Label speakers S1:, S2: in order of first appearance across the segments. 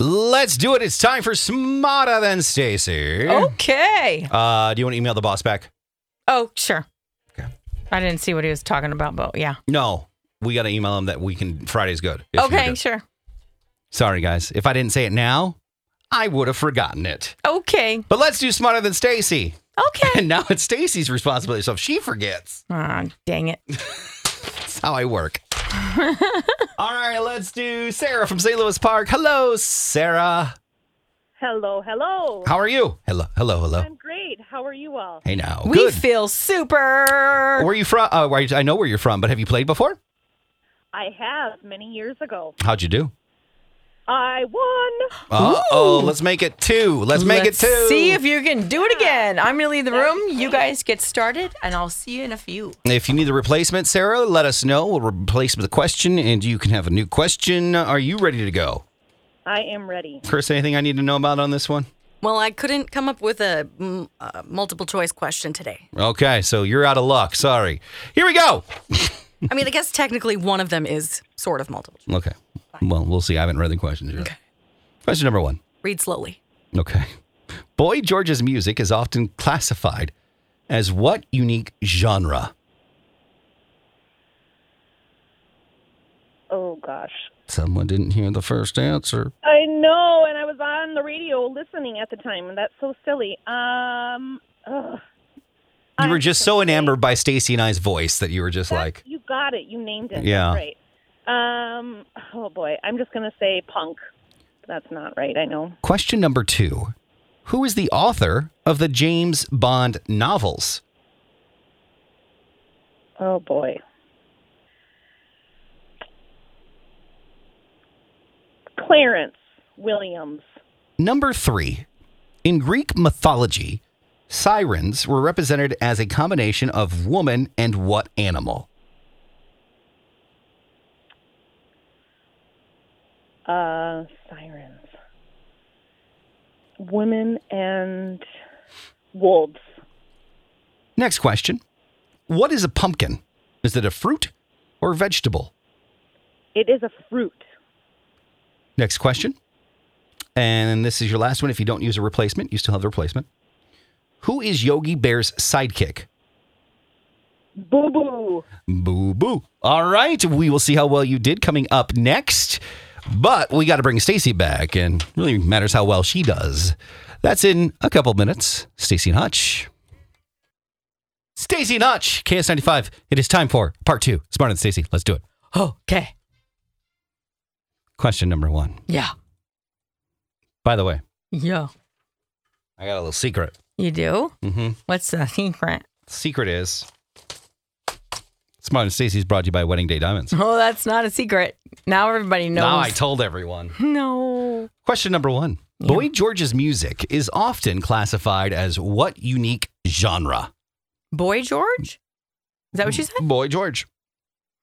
S1: Let's do it. It's time for Smarter Than Stacy.
S2: Oh. Okay.
S1: Uh, do you want to email the boss back?
S2: Oh, sure.
S1: Okay.
S2: I didn't see what he was talking about, but yeah.
S1: No. We got to email him that we can. Friday's good. if you're
S2: Okay,
S1: good.
S2: sure.
S1: Sorry, guys. If I didn't say it now, I would have forgotten it.
S2: Okay.
S1: But let's do Smarter Than Stacy.
S2: Okay.
S1: And now it's Stacy's responsibility. So if she forgets,
S2: Ah, dang it.
S1: That's how I work. All right, let's do Sarah from St. Louis Park. Hello, Sarah.
S3: Hello, hello.
S1: How are you? Hello, hello, hello.
S3: I'm great. How are you all?
S1: Hey now.
S2: We
S1: Good.
S2: feel super.
S1: where are you from? Uh, where you, I know where you're from, but have you played before?
S3: I have many years ago.
S1: How'd you do?
S3: I won.
S1: Uh oh, let's make it two. Let's make
S2: Let's
S1: it two.
S2: See if you can do it again. I'm gonna leave the room. You guys get started, and I'll see you in a few.
S1: If you need the replacement, Sarah, let us know. We'll replace the question and you can have a new question. Are you ready to go?
S3: I am ready.
S1: Chris, anything I need to know about on this one?
S4: Well, I couldn't come up with a, mm, uh multiple choice question today.
S1: Okay, so you're out of luck. Sorry. Here we go.
S4: I mean, I guess technically one of them is sort of multiple. choice.
S1: Okay. Well, we'll see. I haven't read the questions yet. Question number one.
S4: Read slowly.
S1: Okay. Boy George's music is often classified as what unique genre?
S3: Oh, gosh.
S1: Someone didn't hear the first answer.
S3: I know, and I was on the radio listening at the time, and that's so silly. Um, ugh.
S1: You were
S3: I'm
S1: just
S3: gonna
S1: so
S3: say-
S1: enamored by Stacy and I's voice that you were just
S3: That's-
S1: like,
S3: You got it. You named it.
S1: Yeah.
S3: That's right. Um, oh, boy. I'm just going to say punk. That's not right. I know.
S1: question number two Who is the author of the James Bond novels?
S3: Oh, boy. Clarence Williams.
S1: Number three In Greek mythology, sirens were represented as a combination of woman and what animal?
S3: Uh, sirens. Women and wolves.
S1: Next question. What is a pumpkin? Is it a fruit or vegetable?
S3: It is a fruit.
S1: Next question. And this is your last one. If you don't use a replacement, you still have the replacement. Who is Yogi Bear's sidekick?
S3: Boo boo.
S1: Boo boo. All right. We will see how well you did coming up next. But we got to bring Stacy back, and really matters how well she does. That's in a couple minutes. Stacy and Hutch. Stacy and Hutch, KS95. It is time for part two. Smarter than Stacy. Let's do it.
S2: Okay.
S1: Question number one.
S2: Yeah.
S1: By the way,
S2: Yeah.
S1: I got a little secret.
S2: You do.
S1: Mm-hmm.
S2: What's the secret?
S1: Secret is Smart and Stacy's brought to you by Wedding Day Diamonds.
S2: Oh, that's not a secret. Now everybody knows.
S1: Now I told everyone.
S2: no.
S1: Question number one.
S2: Yeah.
S1: Boy George's music is often classified as what unique genre?
S2: Boy George. Is that what you said?
S1: Boy George.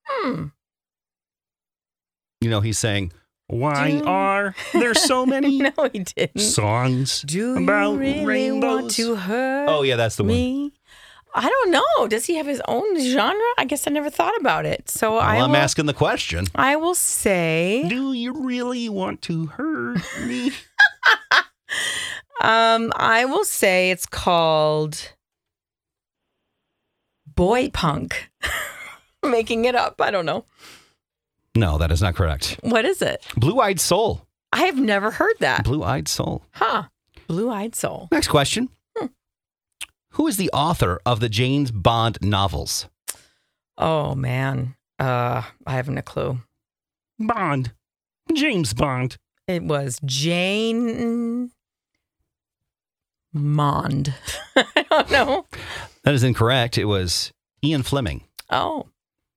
S2: Hmm.
S1: You know, he's saying, Why
S2: Do-
S1: are there so many
S2: No, he didn't.
S1: songs
S2: do
S1: about
S2: you really want
S1: rainbows?
S2: to hurt?
S1: Oh, yeah, that's the one.
S2: me? I don't know. Does he have his own genre? I guess I never thought about it. So I
S1: Well, I'm
S2: will,
S1: asking the question.
S2: I will say,
S1: Do you really want to hurt me?
S2: um, I will say it's called boy punk. Making it up. I don't know.
S1: no, that is not correct.
S2: What is it?
S1: Blue Eyed Soul.
S2: I have never heard that.
S1: Blue Eyed Soul.
S2: Huh. Blue eyed soul.
S1: Next question.
S2: Hmm.
S1: Who is the author of the James Bond novels?
S2: Oh man. Uh, I haven't a clue.
S1: Bond. James Bond.
S2: It was Jane Mond. I don't know.
S1: That is incorrect. It was Ian Fleming.
S2: Oh,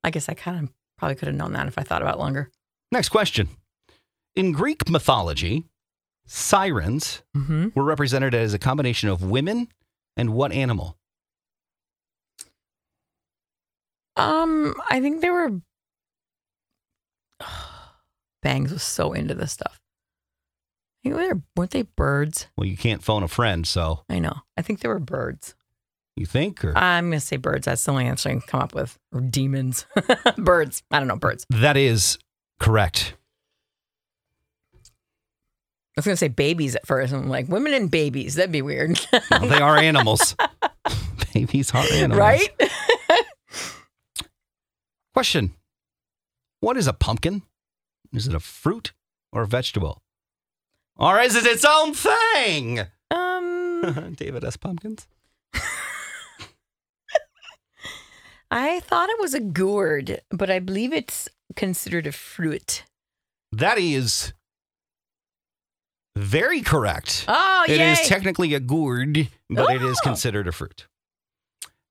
S2: I guess I kind of probably could have known that if I thought about it longer.
S1: Next question. In Greek mythology, sirens
S2: Mm-hmm.
S1: were represented as a combination of women and what animal?
S2: Um, I think they were. Bangs was so into this stuff. I think they were, weren't they birds?
S1: Well, you can't phone a friend, so
S2: I know. I think they were birds.
S1: you think or
S2: I'm gonna say birds. That's the only answer I can come up with. Or demons, birds. I don't know birds.
S1: that is correct.
S2: was gonna say babies at first. I'm like, women and babies. That'd be weird,
S1: Well, they are animals. Babies are animals.
S2: right?
S1: Question What is a pumpkin? Is it a fruit or a vegetable? Or is it its own thing?
S2: um,
S1: David S. Pumpkins.
S2: I thought it was a gourd, but I believe it's considered a fruit.
S1: That is very correct.
S2: Oh,
S1: It
S2: yay!
S1: is technically a gourd, but it is
S2: Oh.
S1: considered a fruit.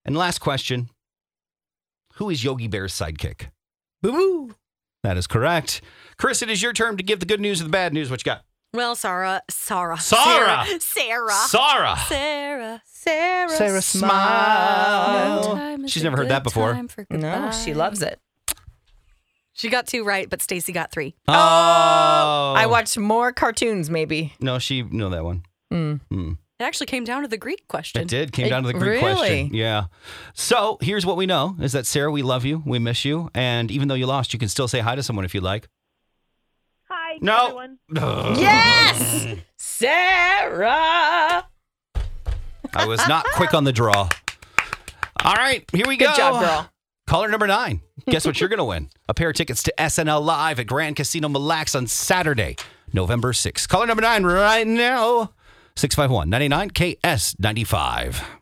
S1: And last question Who is Yogi Bear's sidekick?
S2: Boo boo.
S1: That is correct. Chris, it is your turn to give the good news or the bad news. What you got?
S4: Well, Sarah, Sarah,
S1: Sarah.
S2: Ah.
S4: Sarah,
S1: Sarah.
S4: Sarah,
S2: Sarah,
S1: Sarah smiled. Oh.
S4: Time is
S1: She's
S4: a
S1: never heard
S4: good
S1: that before.
S4: time for
S2: No, she
S4: goodbye.
S2: loves it.
S4: She got two right, but Stacy got three.
S1: Oh.
S2: I watched more cartoons, maybe.
S1: No, she know that one.
S2: Mm.
S4: It actually came down to the Greek question.
S1: It did. Came
S2: It-
S1: down to the Greek
S2: really?
S1: question. Yeah. So here's what we know is that Sarah, we love you. We miss you. And even though you lost, you can still say hi to someone if you like.
S3: Hi,
S1: No.
S3: everyone.
S2: Yes, Sarah.
S1: I was not quick on the draw. All right, here we
S2: Good
S1: go.
S2: job, girl.
S1: Caller number nine. Guess what you're going to win? A pair of tickets to SNL Live at Grand Casino Mille Lacs on Saturday, November 6th. Caller number nine right now, 651 99 KS 95.